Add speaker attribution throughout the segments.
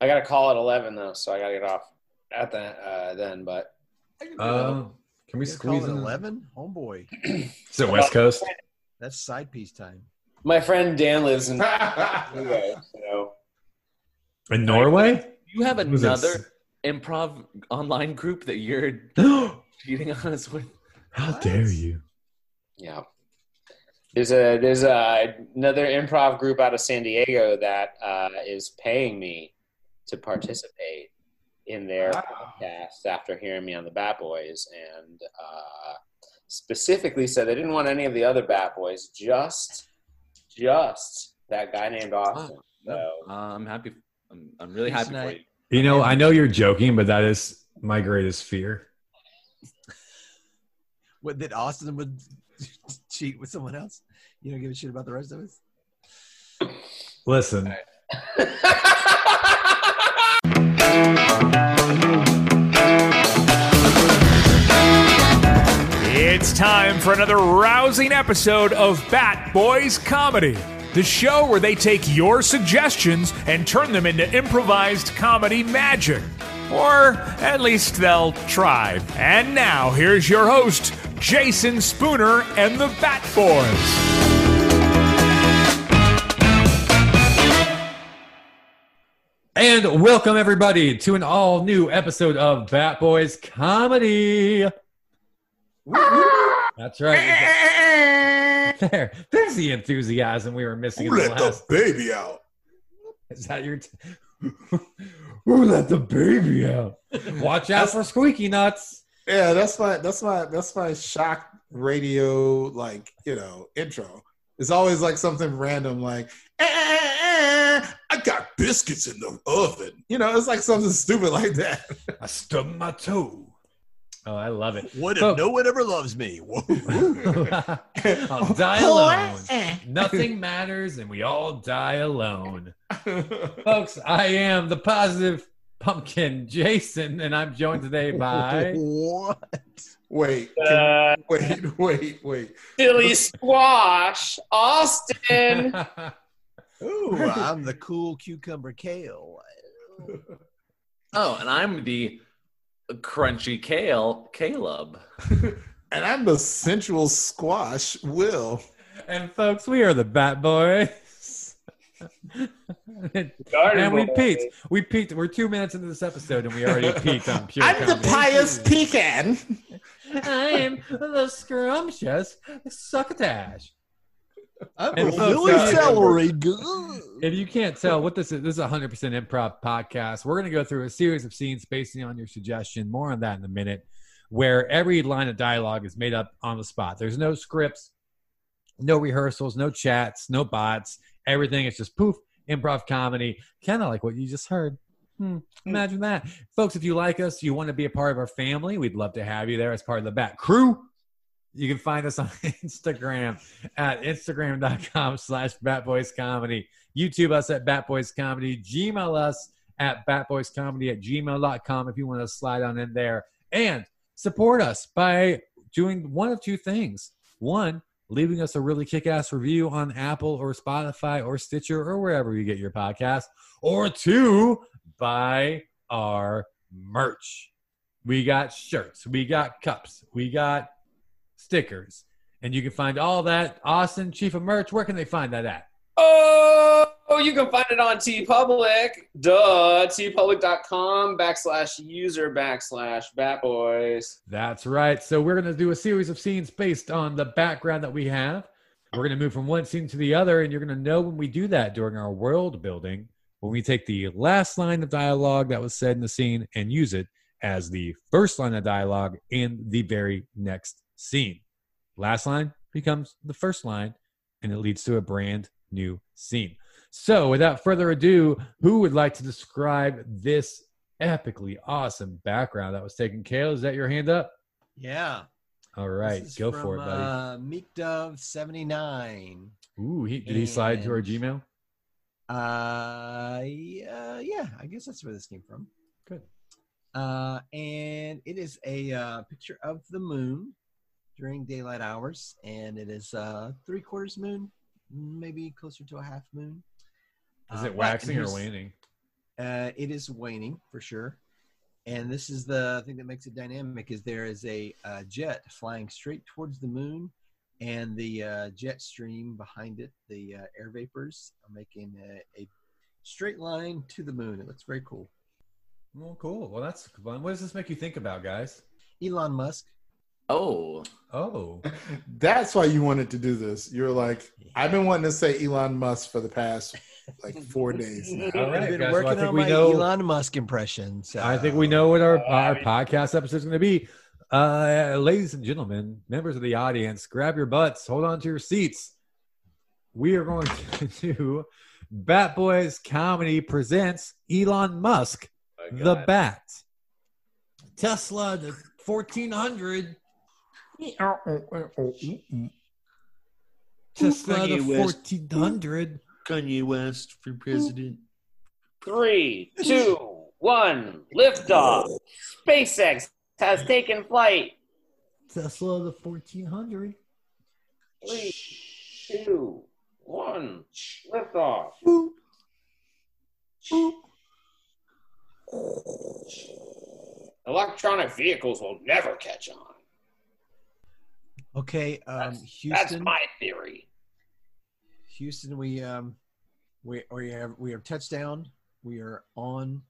Speaker 1: I got a call at eleven though, so I got to get off at the uh, then. But
Speaker 2: I can do that.
Speaker 3: Uh, can we
Speaker 2: You
Speaker 3: squeeze
Speaker 2: call it
Speaker 3: in
Speaker 2: eleven? Homeboy,
Speaker 3: Is it West Coast?
Speaker 2: that's side piece time.
Speaker 1: my friend Dan lives in Norway, so
Speaker 3: In Norway?
Speaker 4: You have
Speaker 3: What is this?
Speaker 4: another improv online group that you're cheating on us with.
Speaker 3: How
Speaker 2: What?
Speaker 3: dare you?
Speaker 1: yeah. There's a there's a, another improv group out of San Diego that uh, is paying me to participate in their
Speaker 5: Wow.
Speaker 1: podcast after hearing me on the Bat Boys, and uh, specifically said they didn't want any of the other Bat Boys, just just that guy named Austin. So
Speaker 4: Uh, I'm happy. I'm, I'm really happy for you.
Speaker 3: You know, I know you're joking, but that is my greatest fear.
Speaker 2: What that Austin would cheat with someone else? You don't give a shit about the rest of us.
Speaker 3: Listen,
Speaker 6: It's time for another rousing episode of Bat Boys Comedy, the show where they take your suggestions and turn them into improvised comedy magic. Or at least they'll try. And now, here's your host, Jason Spooner and the Bat Boys.
Speaker 3: and welcome everybody to an all new episode of Bat Boys Comedy. That's right. There, there's the enthusiasm we were missing in the last.
Speaker 5: baby out?
Speaker 3: Is that your? T- Who let the baby out? Watch out for squeaky nuts.
Speaker 5: Yeah, that's my that's my that's my shock radio like you know intro. It's always like something random like "Eh, eh, eh, eh, I got biscuits in the oven. You know, it's like something stupid like that.
Speaker 3: I stubbed my toe. Oh, I love it.
Speaker 2: What if
Speaker 3: Oh.
Speaker 2: no one ever loves me? Whoa.
Speaker 3: I'll die alone. Nothing matters, and we all die alone. Folks, I am the positive pumpkin, Jason, and I'm joined today by.
Speaker 2: What?
Speaker 5: Wait, can-
Speaker 1: uh,
Speaker 5: wait, wait, wait.
Speaker 1: silly squash, Austin.
Speaker 2: Ooh, I'm the cool cucumber kale.
Speaker 4: Oh, and I'm the crunchy kale, Caleb.
Speaker 5: And I'm the sensual squash. Will
Speaker 3: and folks, we are the Bat Boys.
Speaker 1: Garden
Speaker 3: and we
Speaker 1: Boy.
Speaker 3: peaked. We peaked. We're two minutes into this episode, and we already peaked on pure.
Speaker 5: I'm the
Speaker 3: comedy.
Speaker 5: pious pecan.
Speaker 3: I am the scrumptious succotash.
Speaker 2: I'm
Speaker 3: And
Speaker 2: a
Speaker 3: folks,
Speaker 2: Willy
Speaker 3: uh,
Speaker 2: celery. goo.
Speaker 3: If you can't tell what this is, this is a 100% improv podcast. We're going to go through a series of scenes based on your suggestion. More on that in a minute, where every line of dialogue is made up on the spot. There's no scripts, no rehearsals, no chats, no bots. Everything is just poof, improv comedy, kind of like what you just heard. Hmm, imagine that. Folks, if you like us, you want to be a part of our family, we'd love to have you there as part of the back crew. You can find us on Instagram at instagram.com slash batboyscomedy. YouTube us at Bat Boys Comedy. Gmail us at batboyscomedy at gmail.com if you want to slide on in there. And support us by doing one of two things. One, leaving us a really kick ass review on Apple or Spotify or Stitcher or wherever you get your podcast. Or two, buy our merch. We got shirts, we got cups, we got stickers. And you can find all that. Austin, Chief of Merch, where can they find that at?
Speaker 1: Oh, you can find it on T Public. Duh. tpublic.com backslash user backslash Bat Boys.
Speaker 3: That's right. So we're going to do a series of scenes based on the background that we have. We're going to move from one scene to the other, and you're going to know when we do that during our world building when we take the last line of dialogue that was said in the scene and use it as the first line of dialogue in the very next scene. Last line becomes the first line, and it leads to a brand new scene. So, without further ado, who would like to describe this epically awesome background that was taken? Kale, is that your hand up?
Speaker 2: Yeah.
Speaker 3: All right,
Speaker 2: This is
Speaker 3: go
Speaker 2: from,
Speaker 3: for it, buddy.
Speaker 2: Uh, Meek Dove 79.
Speaker 3: Ooh, he, did he slide to our
Speaker 2: and-
Speaker 3: Gmail?
Speaker 2: Uh, yeah, yeah, I guess that's where this came from.
Speaker 3: Good.
Speaker 2: Uh, and it is a uh, picture of the moon during daylight hours, and it is uh, three quarters moon, maybe closer to a half moon. Uh,
Speaker 3: Is it
Speaker 2: right, and
Speaker 3: waxing or
Speaker 2: here's-
Speaker 3: waning?
Speaker 2: Uh, it is waning for sure. And this is the thing that makes it dynamic is there is a uh, jet flying straight towards the moon, and the uh, jet stream behind it, the uh, air vapors, are making a, a straight line to the moon. It looks very cool.
Speaker 3: Well, cool. Well, that's fun. What does this make you think about, guys?
Speaker 2: Elon Musk.
Speaker 4: Oh,
Speaker 3: Oh,
Speaker 5: That's why you wanted to do this. You're like, I've been wanting to say Elon Musk for the past like four days now.
Speaker 3: all right,
Speaker 2: I've been
Speaker 3: guys. Well,
Speaker 2: working
Speaker 3: I think
Speaker 2: on
Speaker 3: we
Speaker 2: my
Speaker 3: know.
Speaker 2: Elon Musk impression. So.
Speaker 3: I think we know what our
Speaker 1: Uh,
Speaker 3: our
Speaker 1: I mean-
Speaker 3: podcast episode is going to be. Uh, ladies and gentlemen, members of the audience, grab your butts, hold on to your seats. We are going to do Bat Boys Comedy presents Elon Musk
Speaker 1: Oh,
Speaker 3: the
Speaker 1: God.
Speaker 3: bat. Tesla the 1400. Tesla the
Speaker 4: Kanye West.
Speaker 3: 1400.
Speaker 4: Kanye West for president.
Speaker 1: Three, two, one, liftoff. SpaceX has taken flight.
Speaker 3: Tesla the 1400.
Speaker 1: Three, two, one, liftoff. Electronic vehicles will never catch on.
Speaker 2: Okay, um,
Speaker 1: That's- That's
Speaker 2: Houston.
Speaker 1: my theory.
Speaker 2: Houston, we um, we we have we have touchdown. We are on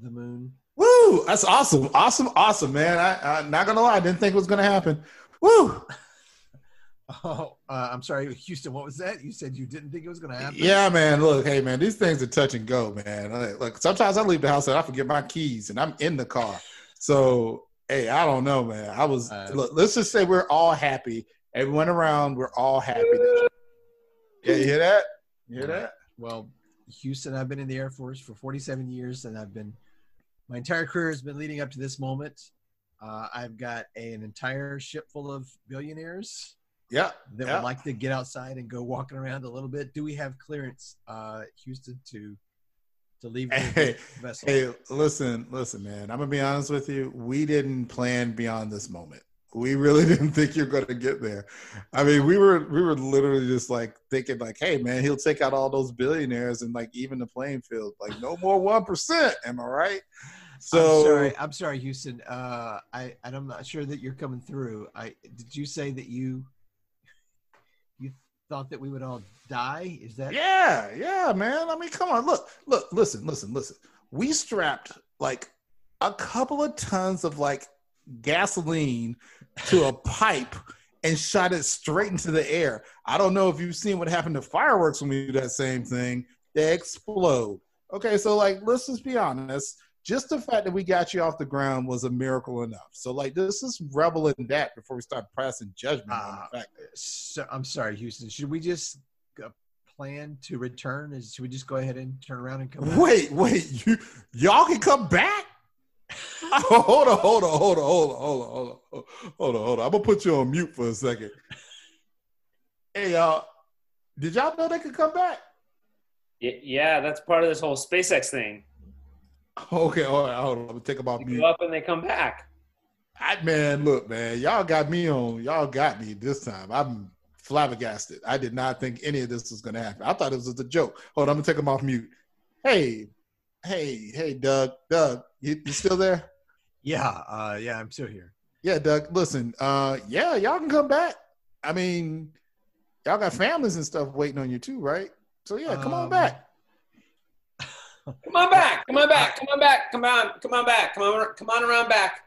Speaker 2: the moon.
Speaker 5: Woo! That's awesome, awesome, awesome, man. I, I not gonna lie, I didn't think it was gonna happen. Woo!
Speaker 2: Oh, uh, I'm sorry, Houston. What was that? You said you didn't think it was going to happen.
Speaker 5: Yeah, man. Look, hey, man, these things are touch and go, man. Like, look, sometimes I leave the house and I forget my keys, and I'm in the car. So, hey, I don't know, man. I was
Speaker 2: Uh,
Speaker 5: look. Let's just say we're all happy. Everyone around, we're all happy. That, yeah, you hear that? You hear that?
Speaker 2: Well, Houston, I've been in the Air Force for 47 years, and I've been my entire career has been leading up to this moment. Uh, I've got an entire ship full of billionaires
Speaker 5: Yeah.
Speaker 2: that
Speaker 5: Yeah.
Speaker 2: would like to get outside and go walking around a little bit. Do we have clearance, uh, Houston, to to leave the
Speaker 5: Hey,
Speaker 2: vessel?
Speaker 5: Hey, listen, listen, man. I'm gonna be honest with you. We didn't plan beyond this moment. We really didn't think you're gonna get there. I mean, we were we were literally just like thinking, like, hey, man, he'll take out all those billionaires and like even the playing field, like no more one percent. Am I right?
Speaker 2: I'm
Speaker 5: So
Speaker 2: sorry, I'm sorry, Houston. Uh, I and I'm not sure that you're coming through. I did you say that you you thought that we would all die? Is that
Speaker 5: yeah, yeah, man. I mean, come on, look, look, listen, listen, listen. We strapped like a couple of tons of like gasoline to a pipe and shot it straight into the air. I don't know if you've seen what happened to fireworks when we do that same thing. They explode. Okay, so like let's just be honest. Just the fact that we got you off the ground was a miracle enough. So like this is revel in that before we start passing judgment on
Speaker 2: Ah.
Speaker 5: the fact.
Speaker 2: So I'm sorry, Houston. Should we just uh, plan to return? Is should we just go ahead and turn around and come? back?
Speaker 5: Wait, wait, you y'all can come back? Oh, hold on, hold on, hold on, hold on, hold on, hold on, hold on, hold on. I'm gonna put you on mute for a second. Hey y'all, did y'all know they could come back?
Speaker 1: Y- yeah, that's part of this whole SpaceX thing.
Speaker 5: Okay, all right, hold on. I'm gonna take them off
Speaker 1: You
Speaker 3: Mm-hmm.
Speaker 5: mute.
Speaker 1: go up and they come back.
Speaker 5: I, man, look, man, y'all got me on. Y'all got me this time. I'm flabbergasted. I did not think any of this was gonna happen. I thought it was just a joke. Hold on, I'm gonna take them off mute. Hey, hey, hey, Doug, Doug, you, you still there?
Speaker 2: Yeah, uh, yeah, I'm still here.
Speaker 5: Yeah, Doug, listen, uh, yeah, y'all can come back. I mean, y'all got families and stuff waiting on you too, right? So yeah, come on
Speaker 2: Um,
Speaker 5: back.
Speaker 1: Come on back. Come on back. Come on back. Come on. Come on back. Come on. Come on around back.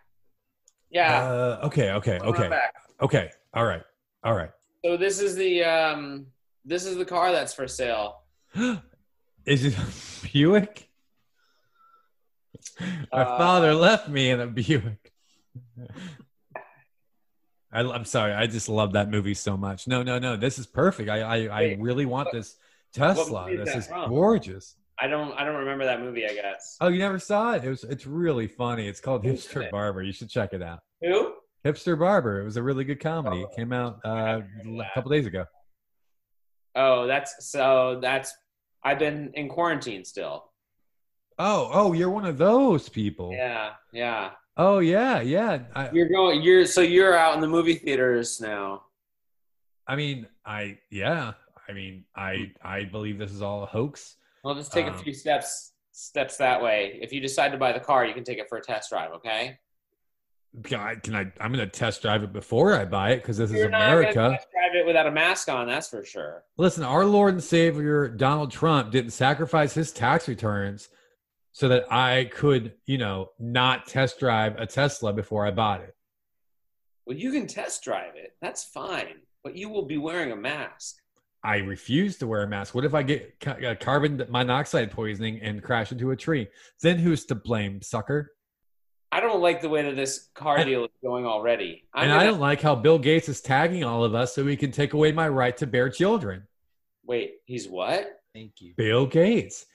Speaker 1: Yeah.
Speaker 3: Uh, okay, okay,
Speaker 1: come on
Speaker 3: okay,
Speaker 1: back.
Speaker 3: okay. All right, all right.
Speaker 1: So this is the um this is the car that's for sale.
Speaker 3: Is it a Buick? My
Speaker 1: Uh,
Speaker 3: father left me in a Buick. I, am sorry. I just love that movie so much. No, no, no. This is perfect. I, I, I
Speaker 1: Wait,
Speaker 3: really want
Speaker 1: what-
Speaker 3: this Tesla.
Speaker 1: movie is
Speaker 3: This
Speaker 1: that
Speaker 3: is
Speaker 1: from?
Speaker 3: gorgeous.
Speaker 1: I don't I don't remember that movie, I guess.
Speaker 3: Oh, you never saw it? It was it's really funny. It's called
Speaker 1: Who's in
Speaker 3: Hipster
Speaker 1: it?
Speaker 3: Barber. You should check it out.
Speaker 1: Who?
Speaker 3: Hipster Barber. It was a really good comedy. It came out
Speaker 1: Oh,
Speaker 3: uh,
Speaker 1: heard of
Speaker 3: a
Speaker 1: that.
Speaker 3: couple days ago.
Speaker 1: Oh, that's so that's I've been in quarantine still.
Speaker 3: Oh, oh, you're one of those people.
Speaker 1: Yeah, yeah.
Speaker 3: Oh, yeah, yeah. I,
Speaker 1: You're going you're so you're out in the movie theaters now.
Speaker 3: I mean, I
Speaker 1: Hmm.
Speaker 3: yeah. I mean, I I believe this is all a hoax.
Speaker 1: Well, just take
Speaker 3: Um,
Speaker 1: a few steps steps that way. If you decide to buy the car, you can take it for a test drive. Okay.
Speaker 3: God, can I? I'm going to test drive it before I buy it because this is
Speaker 1: You're not gonna
Speaker 3: America.
Speaker 1: test drive it without a mask on. That's for sure.
Speaker 3: Listen, our Lord and Savior Donald Trump didn't sacrifice his tax returns so that I could, you know, not test drive a Tesla before I bought it.
Speaker 1: Well, you can test drive it. That's fine, but you will be wearing a mask.
Speaker 3: I refuse to wear a mask. What if I get ca- uh, carbon monoxide poisoning and crash into a tree? Then who's to blame, sucker?
Speaker 1: I don't like the way that this car
Speaker 3: And-
Speaker 1: deal is going already. I'm
Speaker 3: And
Speaker 1: gonna,
Speaker 3: I don't like how Bill Gates is tagging all of us so he can take away my right to bear children.
Speaker 1: wait. He's what?
Speaker 2: Thank you.
Speaker 3: Bill Gates.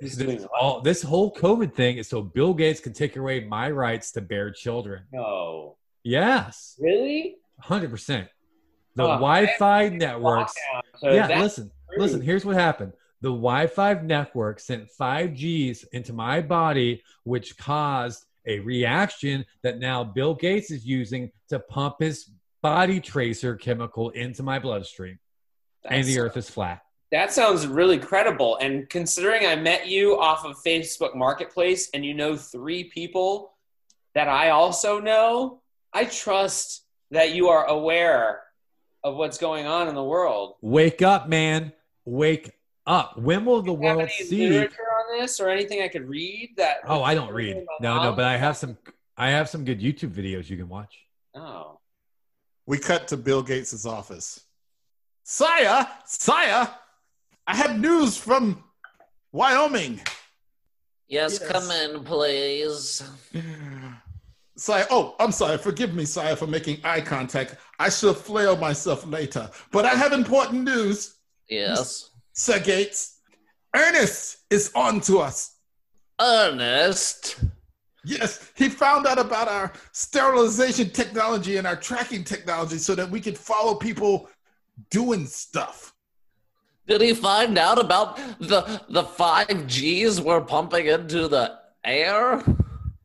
Speaker 1: He's
Speaker 3: This
Speaker 1: doing
Speaker 3: is
Speaker 1: what?
Speaker 3: all- this whole COVID thing is so Bill Gates can take away my rights to bear children.
Speaker 1: No,
Speaker 3: Yes,
Speaker 1: really?
Speaker 3: hundred percent. The
Speaker 1: Oh,
Speaker 3: Wi-Fi networks.
Speaker 1: Lockdown. So
Speaker 3: Yeah,
Speaker 1: that's
Speaker 3: listen,
Speaker 1: true.
Speaker 3: listen. Here's what happened. The Wi-Fi network sent five Gs into my body, which caused a reaction that now Bill Gates is using to pump his body tracer chemical into my bloodstream, and
Speaker 1: That's-
Speaker 3: the Earth is flat.
Speaker 1: That sounds really credible. And considering I met you off of Facebook Marketplace and you know three people that I also know, I trust that you are aware of what's going on in the world.
Speaker 3: Wake up, man! Wake up! When will the
Speaker 1: Do you have
Speaker 3: world
Speaker 1: any
Speaker 3: see?
Speaker 1: literature on this or anything I could read that
Speaker 3: Oh, I don't read. No, no, but I have some. I have some good YouTube videos you can watch.
Speaker 1: Oh.
Speaker 5: We cut to Bill Gates' office. Saya, Saya, I have news from Wyoming.
Speaker 4: Yes,
Speaker 5: Yes.
Speaker 4: come in, please.
Speaker 5: Saya, oh, I'm sorry. Forgive me, Saya, for making eye contact. I shall flail myself later. But I have important news,
Speaker 4: Yes.
Speaker 5: Sir Gates. Ernest is on to us.
Speaker 4: Ernest.
Speaker 5: Yes, he found out about our sterilization technology and our tracking technology so that we could follow people doing stuff.
Speaker 4: Did he find out about the the five Gs we're pumping into the air?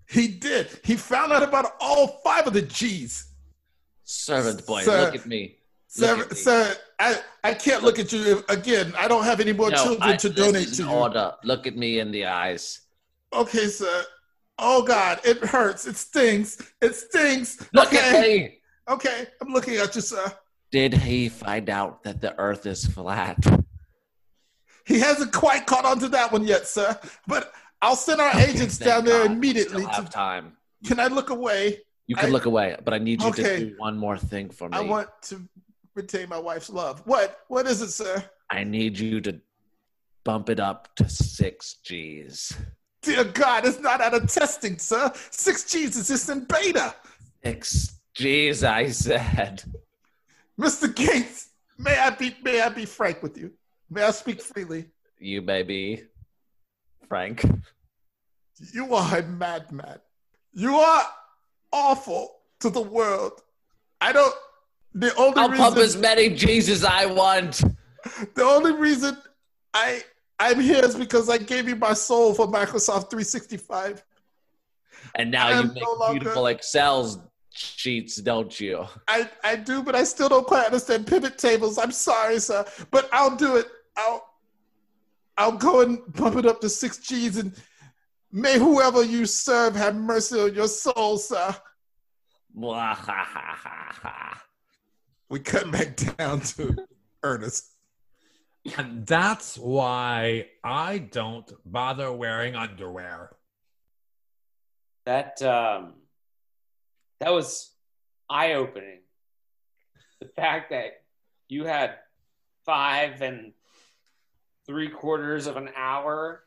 Speaker 5: He did. He found out about all five of the G's.
Speaker 4: Servant boy,
Speaker 5: Sir.
Speaker 4: look at me. Look
Speaker 5: Sir,
Speaker 4: at me.
Speaker 5: sir I, I can't look at you if- again. I don't have any more
Speaker 4: No,
Speaker 5: children
Speaker 4: I-
Speaker 5: to
Speaker 4: this
Speaker 5: donate
Speaker 4: is
Speaker 5: to
Speaker 4: an
Speaker 5: you.
Speaker 4: Order. Look at me in the eyes.
Speaker 5: Okay, sir. Oh God, it hurts. It stings. It stings.
Speaker 4: Look at
Speaker 5: okay.
Speaker 4: me.
Speaker 5: Okay. I'm looking at you, sir.
Speaker 4: Did he find out that the Earth is flat?
Speaker 5: He hasn't quite caught on to that one yet, sir. But I'll send our agents
Speaker 4: Thank
Speaker 5: down there
Speaker 4: God.
Speaker 5: immediately.
Speaker 4: Still have
Speaker 5: To,
Speaker 4: time.
Speaker 5: can I look away?
Speaker 4: You can
Speaker 5: I-
Speaker 4: look away, but I need you
Speaker 5: Okay.
Speaker 4: to do one more thing for me.
Speaker 5: I want to retain my wife's love. What? What is it, sir?
Speaker 4: I need you to bump it up to six Gs.
Speaker 5: Dear God, it's not out of testing, sir. Six G's is just in beta.
Speaker 4: Six Gs, I said.
Speaker 5: Mr. Gates, may I be may I be frank with you? May I speak freely?
Speaker 4: You may be Frank.
Speaker 5: You are a madman. You are awful to the world. I don't. The only
Speaker 4: I'll
Speaker 5: reason,
Speaker 4: pump as many Gs as I want.
Speaker 5: the only reason I I'm here is because I gave you my soul for Microsoft 365.
Speaker 4: And
Speaker 5: I
Speaker 4: now you
Speaker 5: am
Speaker 4: make
Speaker 5: no longer-
Speaker 4: beautiful Excel sheets, don't you?
Speaker 5: I I do, but I still don't quite understand pivot tables. I'm sorry, sir, but I'll do it. I'll I'll go and pump it up to six G's, and may whoever you serve have mercy on your soul, sir. We cut back down to Ernest.
Speaker 3: And that's why I don't bother wearing underwear.
Speaker 1: That um, that was eye opening. The fact that you had five and three quarters of an hour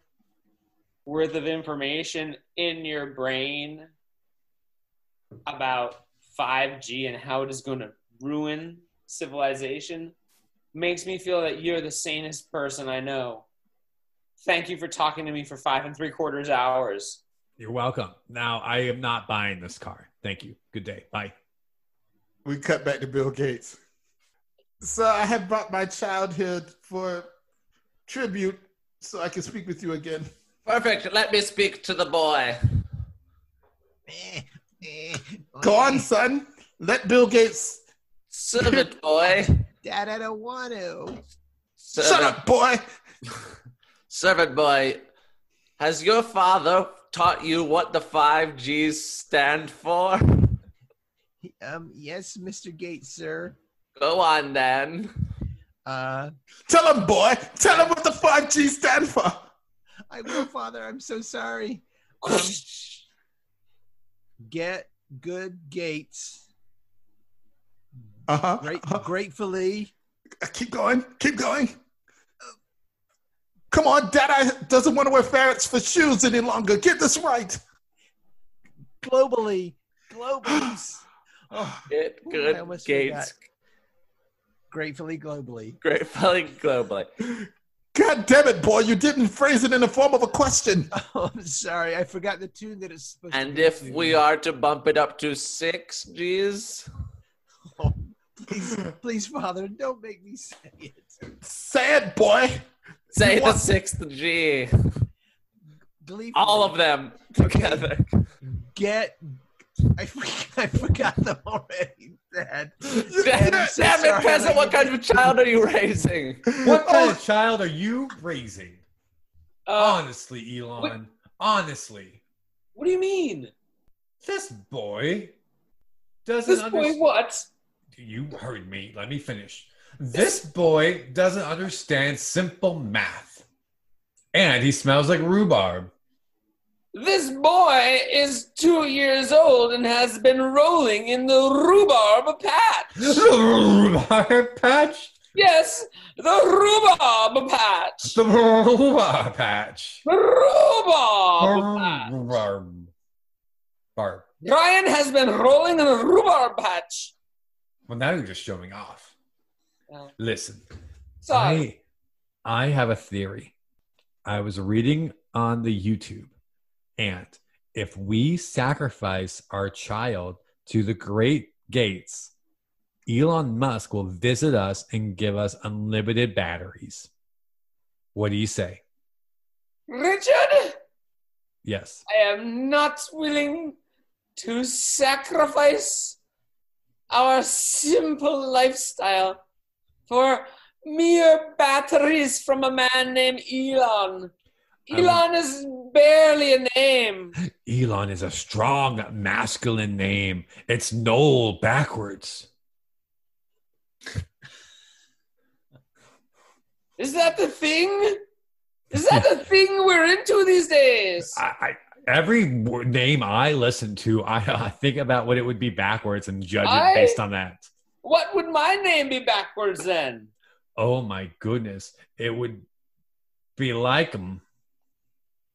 Speaker 1: worth of information in your brain about 5G and how it is going to ruin civilization makes me feel that you're the sanest person I know. Thank you for talking to me for five and three quarters hours.
Speaker 3: You're welcome. Now I am not buying this car. Thank you. Good day. Bye.
Speaker 5: We cut back to Bill Gates. Sir, I have brought my child here for tribute, so I can speak with you again.
Speaker 4: Perfect. Let me speak to the boy.
Speaker 5: Go on, son. Let Bill Gates.
Speaker 4: Servant boy.
Speaker 2: Dad, I don't want to.
Speaker 4: Servant,
Speaker 5: Shut up, boy.
Speaker 4: Servant boy. Has your father taught you what the five G's stand for?
Speaker 2: He- Um, yes, Mr. Gates, sir.
Speaker 4: Go on then.
Speaker 2: Uh,
Speaker 5: Tell him, boy. Tell him what the five G stand for.
Speaker 2: I will, Father. I'm so sorry. Um, get good Gates.
Speaker 5: Uh huh.
Speaker 2: Great, gratefully.
Speaker 5: Keep going. Keep going. Come on, Dad doesn't want to wear ferrets for shoes any longer. Get this right.
Speaker 2: globally, globally,
Speaker 5: Oh,
Speaker 4: Get
Speaker 2: Ooh, I
Speaker 4: good
Speaker 2: almost
Speaker 4: gates.
Speaker 2: gratefully, globally.
Speaker 4: Great felling globally.
Speaker 5: God damn it, boy. You didn't phrase it in the form of a question.
Speaker 2: Oh, I'm sorry, I forgot the tune that it's supposed to
Speaker 4: And
Speaker 2: be
Speaker 4: if
Speaker 2: to.
Speaker 4: we are to bump it up to six G's,
Speaker 2: please, please, Father, don't make me say it.
Speaker 5: Say it, boy.
Speaker 4: say the
Speaker 5: What?
Speaker 4: sixth G.
Speaker 2: Gleefully,
Speaker 4: All of them together.
Speaker 2: Get. I, forg- I forgot them already. Dad.
Speaker 4: Damn
Speaker 2: Dad, I'm so
Speaker 4: damn it,
Speaker 2: sorry.
Speaker 4: President, what kind of child are you raising?
Speaker 3: What kind
Speaker 5: Oh,
Speaker 3: of child are you raising?
Speaker 4: Oh,
Speaker 1: Uh,
Speaker 3: Honestly, Elon. Honestly,
Speaker 1: what do you mean?
Speaker 3: this boy doesn't
Speaker 1: This boy,
Speaker 3: understand.
Speaker 1: what?
Speaker 3: You heard me. Let me finish. This boy doesn't understand simple math, and he smells like rhubarb.
Speaker 1: This boy is two years old and has been rolling in the rhubarb patch.
Speaker 3: rhubarb patch.
Speaker 1: Yes, the rhubarb patch.
Speaker 3: The rhubarb patch.
Speaker 1: The rhubarb patch.
Speaker 3: Rhubarb. Barb.
Speaker 1: Brian has been rolling in a rhubarb patch.
Speaker 3: Well, now you're just showing off.
Speaker 1: Oh.
Speaker 3: Listen,
Speaker 1: Sorry.
Speaker 3: I, I have a theory. I was reading on the YouTube, and if we sacrifice our child to the great gates, Elon Musk will visit us and give us unlimited batteries. What do you say?
Speaker 1: Richard,
Speaker 3: Yes.
Speaker 1: I am not willing to sacrifice our simple lifestyle for mere batteries from a man named
Speaker 3: Um,
Speaker 1: Elon.
Speaker 3: I would-
Speaker 1: Elon is barely a name.
Speaker 3: Elon is a strong masculine name. It's Noel backwards.
Speaker 1: Is that the thing? Is that the thing we're into these days?
Speaker 3: I, I every wor- name I listen to, I, I think about what it would be backwards and judge
Speaker 1: I-
Speaker 3: it based on that.
Speaker 1: What would my name be backwards then?
Speaker 3: Oh my goodness, it would be like him,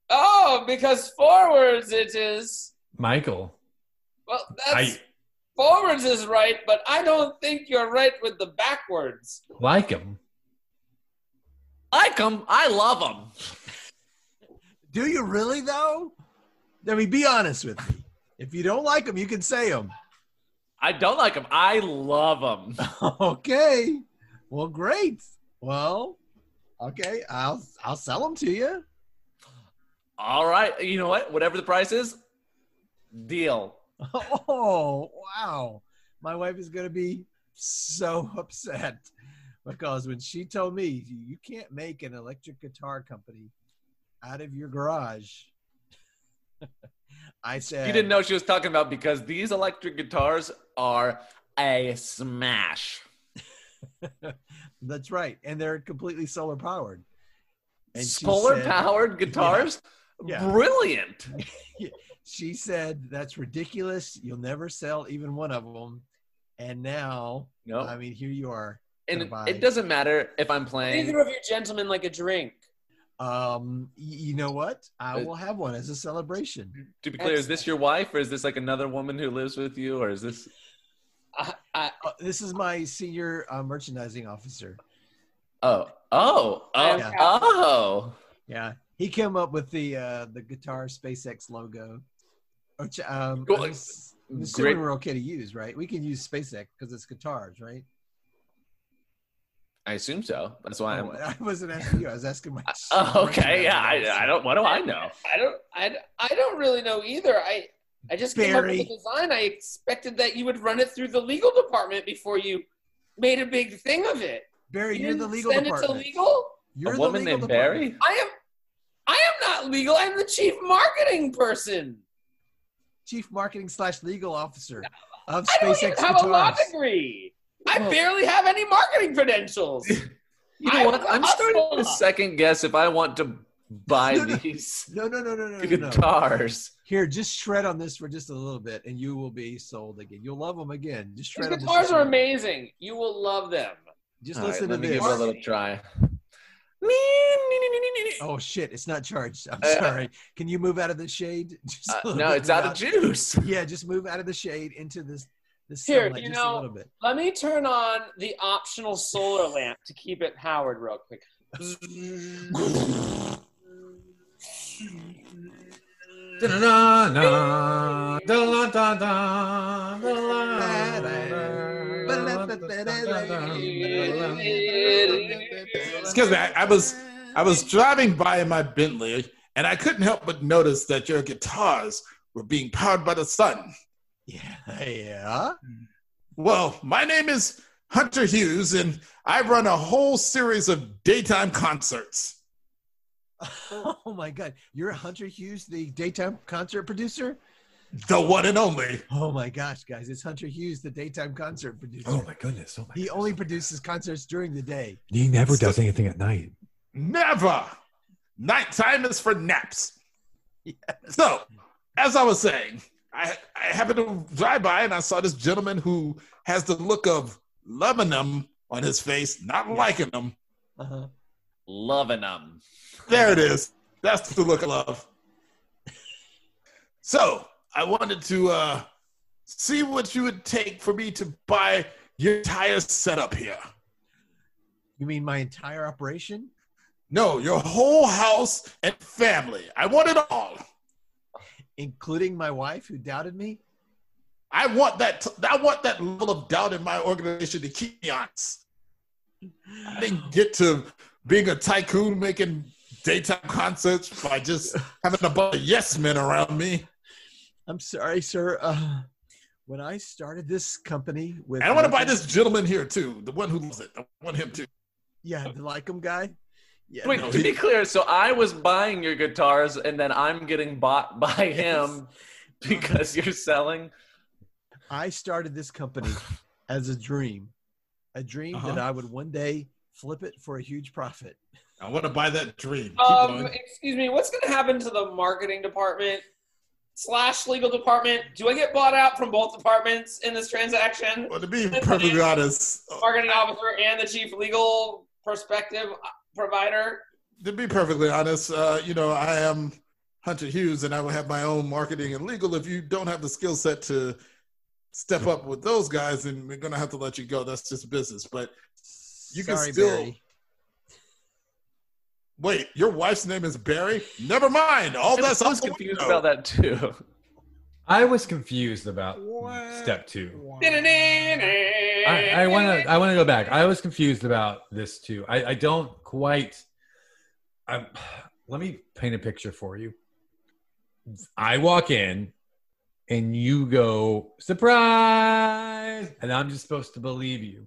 Speaker 1: Oh, because forwards it is.
Speaker 3: Michael.
Speaker 1: Well, that's
Speaker 3: I
Speaker 1: forwards is right, but I don't think you're right with the backwards.
Speaker 3: like him.
Speaker 4: Like them, I love them.
Speaker 2: Do you really though? I mean, be honest with me. If you don't like them, you can say them.
Speaker 4: I don't like them. I love them.
Speaker 2: Okay. Well, great. Well, okay. I'll I'll sell them to you.
Speaker 4: All right. You know what? Whatever the price is, deal.
Speaker 2: Oh wow! My wife is gonna be so upset because when she told me you can't make an electric guitar company out of your garage, I said
Speaker 4: You didn't know she was talking about because these electric guitars are a smash.
Speaker 2: That's right, and they're completely solar powered. And she
Speaker 4: Solar
Speaker 2: said-
Speaker 4: powered guitars?
Speaker 2: Yeah.
Speaker 4: Brilliant.
Speaker 2: she said that's ridiculous. You'll never sell even one of them. And now,
Speaker 4: No.
Speaker 2: I mean, here you are.
Speaker 4: and
Speaker 2: gonna buy-
Speaker 4: it doesn't matter if I'm playing.
Speaker 1: Neither of you gentlemen like a drink.
Speaker 2: Um, y- you know what? I
Speaker 4: Uh,
Speaker 2: will have one as a celebration.
Speaker 4: To be clear, is this your wife or is this like another woman who lives with you or is this
Speaker 1: I, I,
Speaker 2: Uh, this is my senior uh, merchandising officer.
Speaker 4: Oh, oh, oh,
Speaker 2: Yeah.
Speaker 4: oh.
Speaker 2: Yeah, he came up with the uh, the guitar SpaceX logo. Which, um,
Speaker 4: Go-
Speaker 2: I'm s- I'm assuming
Speaker 4: Great.
Speaker 2: we're okay to use, right? We can use SpaceX because it's guitars, right?
Speaker 4: I assume so. That's why I'm
Speaker 2: Oh, I wasn't asking you. I was asking my.
Speaker 4: Oh, okay,
Speaker 2: merchandising
Speaker 4: yeah. I, I
Speaker 2: officer.
Speaker 4: don't what do I know?
Speaker 1: I don't. I, I don't really know either. I I just came up
Speaker 2: Barry.
Speaker 1: with the design. I expected that you would run it through the legal department before you made a big thing of it.
Speaker 2: Barry,
Speaker 1: You
Speaker 2: you are the
Speaker 1: didn't
Speaker 2: legal
Speaker 1: send
Speaker 2: department.
Speaker 1: it to legal.
Speaker 2: You're
Speaker 4: a
Speaker 2: the
Speaker 4: woman
Speaker 2: legal
Speaker 4: named
Speaker 2: department.
Speaker 4: Barry?
Speaker 1: I am. I am not legal. I'm the chief marketing person.
Speaker 2: Chief Marketing slash Legal Officer of
Speaker 1: I don't even
Speaker 2: SpaceX
Speaker 1: have a law
Speaker 2: Guitars.
Speaker 1: degree. I
Speaker 4: Well-
Speaker 1: barely have any marketing credentials.
Speaker 4: You know
Speaker 1: I'm
Speaker 4: what? I'm starting to
Speaker 1: awesome.
Speaker 4: second guess if I want to buy
Speaker 2: No, no.
Speaker 4: these
Speaker 2: No, no, no, no, no, no, no.
Speaker 4: guitars.
Speaker 2: Here, just shred on this for just a little bit, and you will be sold again. You'll love them again. Just
Speaker 1: These
Speaker 2: shred. on this
Speaker 1: guitars
Speaker 2: just a
Speaker 1: are
Speaker 2: little bit.
Speaker 1: amazing. You will love them.
Speaker 2: Just
Speaker 4: All right,
Speaker 2: listen
Speaker 4: let
Speaker 2: to
Speaker 4: me
Speaker 2: this.
Speaker 4: give it a little try.
Speaker 2: Oh shit! It's not charged. I'm
Speaker 4: Uh,
Speaker 2: sorry. Can you move out of the shade? Just a
Speaker 4: Uh,
Speaker 2: little
Speaker 4: no,
Speaker 2: bit
Speaker 4: it's out of
Speaker 2: without-
Speaker 4: juice.
Speaker 2: Yeah, just move out of the shade into this. This
Speaker 1: Here,
Speaker 2: sunlight
Speaker 1: you
Speaker 2: just
Speaker 1: know-
Speaker 2: a little bit.
Speaker 1: Let me turn on the optional solar lamp to keep it powered real quick.
Speaker 3: Da-da-da-da, da-da-da-da, da-da-da-da.
Speaker 5: Excuse me, I, I was I was driving by in my Bentley, and I couldn't help but notice that your guitars were being powered by the sun.
Speaker 2: Yeah, yeah.
Speaker 5: Well, my name is Hunter Hughes, and I run a whole series of daytime concerts.
Speaker 2: Oh my God! You're Hunter Hughes, the daytime concert producer.
Speaker 5: The one and only.
Speaker 2: Oh my gosh, guys! It's Hunter Hughes, the daytime concert producer.
Speaker 3: Oh my goodness! Oh my
Speaker 2: he
Speaker 3: goodness.
Speaker 2: only produces concerts during the day.
Speaker 3: He never does anything at night.
Speaker 5: Never. Nighttime is for naps. So, as I was saying, I, I happened to drive by and I saw this gentleman who has the look of loving them on his face, not liking them.
Speaker 2: Uh-huh.
Speaker 4: Loving them.
Speaker 5: There it is. That's the look of love. So I wanted to uh, see what you would take for me to buy your entire setup here.
Speaker 2: You mean my entire operation?
Speaker 5: No, your whole house and family. I want it all.
Speaker 2: including my wife who doubted me.
Speaker 5: I want that. I want that level of doubt in my organization to keep me honest. I didn't get to being a tycoon making daytime concerts by just having a bunch of yes men around me.
Speaker 2: I'm sorry, sir. Uh, when I started this company with,
Speaker 5: And I want to buy
Speaker 2: Lycum-
Speaker 5: this gentleman here too, the one who loves it. I want him too.
Speaker 2: Yeah, the Lycum guy. Yeah,
Speaker 4: Wait,
Speaker 5: no,
Speaker 4: to
Speaker 5: he-
Speaker 4: be clear, so I was buying your guitars and then I'm getting bought by him because you're selling.
Speaker 2: I started this company as a dream, a dream
Speaker 5: Uh-huh.
Speaker 2: that I would one day flip it for a huge profit.
Speaker 5: I want to buy that dream. Keep
Speaker 1: Um,
Speaker 5: going.
Speaker 1: excuse me, what's going to happen to the marketing department slash legal department? Do I get bought out from both departments in this transaction?
Speaker 5: Well, to be perfectly honest, uh,
Speaker 1: Marketing officer and the chief legal perspective uh, provider.
Speaker 5: to be perfectly honest, uh, you know, I am Hunter Hughes, and I will have my own marketing and legal. If you don't have the skill set to step up with those guys, then we're gonna have to let you go. That's just business. But You can
Speaker 2: sorry,
Speaker 5: still-
Speaker 2: Barry.
Speaker 5: wait, your wife's name is Barry. Never mind. All
Speaker 4: I
Speaker 5: that's
Speaker 4: was confused about that too.
Speaker 3: I was confused about step two. I I want to I want to go back. I was confused about this too. I, I don't quite. i let me paint a picture for you. I walk in, and you go surprise, and I'm just supposed to believe you.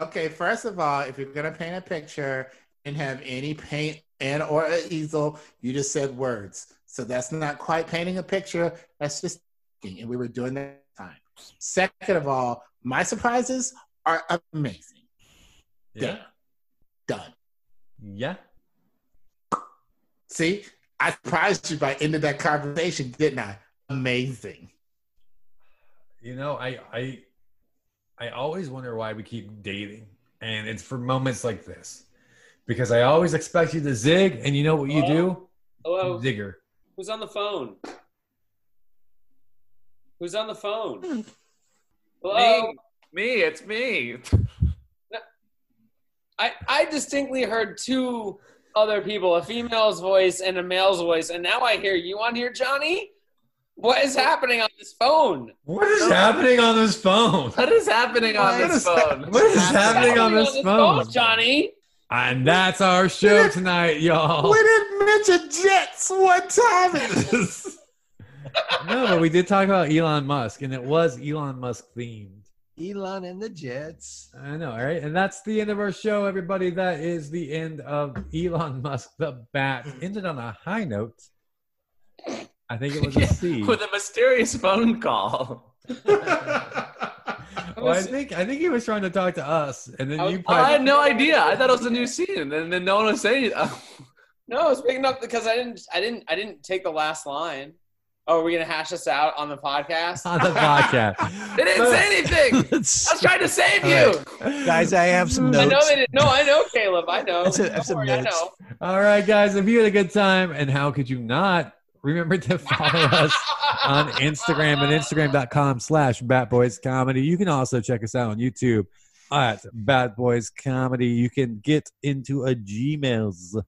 Speaker 5: Okay, first of all, if you're gonna paint a picture and have any paint and or an easel, you just said words. So that's not quite painting a picture. That's just thinking, and we were doing that time. Second of all, my surprises are amazing. Done. Done.
Speaker 3: Yeah.
Speaker 5: See, I surprised you by end of that conversation, didn't I? Amazing.
Speaker 3: You know, I I I always wonder why we keep dating, and it's for moments like this, because I always expect you to zig, and you know what you do?
Speaker 1: Hello,
Speaker 3: Zigger.
Speaker 1: who's on the phone? Who's on the
Speaker 5: Hmm.
Speaker 1: phone? Hello.
Speaker 4: Me, me, it's me.
Speaker 1: I, I distinctly heard two other people, a female's voice and a male's voice, and now I hear you on here, Johnny. What is happening on this phone?
Speaker 3: What is happening on this phone?
Speaker 4: What is happening on
Speaker 5: What
Speaker 4: this
Speaker 5: is that-
Speaker 4: phone?
Speaker 3: What is happening on
Speaker 1: What's
Speaker 3: this phone?
Speaker 1: Johnny.
Speaker 3: And that's our show tonight, y'all.
Speaker 5: did mention jets one time. It
Speaker 3: No, but we did talk about Elon Musk, and it was Elon Musk themed.
Speaker 2: Elon and the Jets.
Speaker 3: I know, right? And that's the end of our show, everybody. That is the end of Elon Musk the Bat. Ended on a high note. I think it was a C.
Speaker 4: with a mysterious phone call.
Speaker 3: Well, I think I think he was Oh, trying to talk to us, and then
Speaker 1: I
Speaker 3: you.
Speaker 1: was-
Speaker 4: I
Speaker 3: probably-
Speaker 4: had no idea. I thought it was a new scene, and then no one was saying it.
Speaker 1: No, I was picking up because I didn't, I didn't, I didn't take the last line. Oh, are we gonna hash this out on the podcast?
Speaker 3: on the podcast.
Speaker 4: They didn't say anything. I was trying to save you.
Speaker 2: Guys, I have some
Speaker 1: I know
Speaker 2: notes.
Speaker 1: they didn't. No, I know, Caleb. I know.
Speaker 2: That's a- that's
Speaker 1: Don't
Speaker 2: a
Speaker 1: worry, I
Speaker 2: note.
Speaker 1: know.
Speaker 3: All right, guys, if you had a good time, and how could you not? Remember to follow us on Instagram at instagram.com slash Bat Boys Comedy. You can also check us out on YouTube at Bat Boys Comedy. You can get into a Gmails.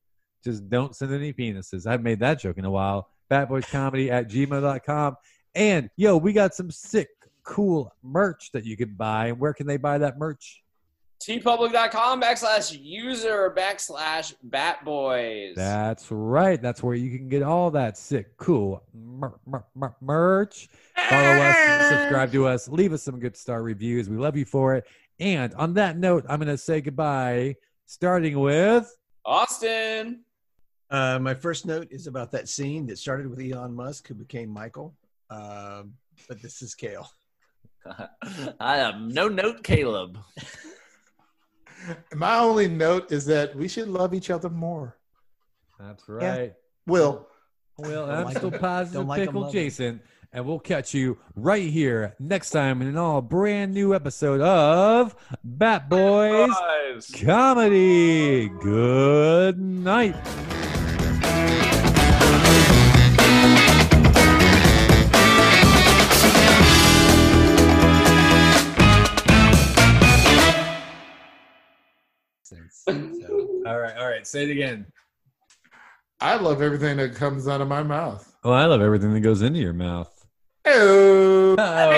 Speaker 3: Just don't send any penises. I've made that joke in a while. Bat Boys Comedy at gmail.com. And yo, we got some sick, cool merch that you can buy. And where can they buy that merch?
Speaker 1: tpublic.com backslash user backslash batboys.
Speaker 3: That's right. That's where you can get all that sick, cool mer- mer- mer- merch. Follow us, subscribe to us, leave us some good star reviews. We love you for it. And on that note, I'm going to say goodbye, starting with.
Speaker 1: Austin.
Speaker 2: Uh, my first note is about that scene that started with Elon Musk, who became Michael. Um, but this is Kale.
Speaker 4: I am no note, Caleb.
Speaker 5: My only note is that we should love each other more.
Speaker 3: That's right.
Speaker 5: Will.
Speaker 3: Well,
Speaker 2: Don't
Speaker 3: I'm
Speaker 2: like
Speaker 3: still
Speaker 2: 'em.
Speaker 3: positive
Speaker 2: Don't like 'em,
Speaker 3: pickle
Speaker 2: love 'em.
Speaker 3: Jason, and we'll catch you right here next time in an all brand new episode of Bat Boys Comedy. Good night.
Speaker 2: So,
Speaker 3: All right, all right. Say it again.
Speaker 5: I love Oh, everything that comes out of my mouth.
Speaker 3: Well, I love everything that goes into your mouth.
Speaker 5: Hey.
Speaker 3: Oh.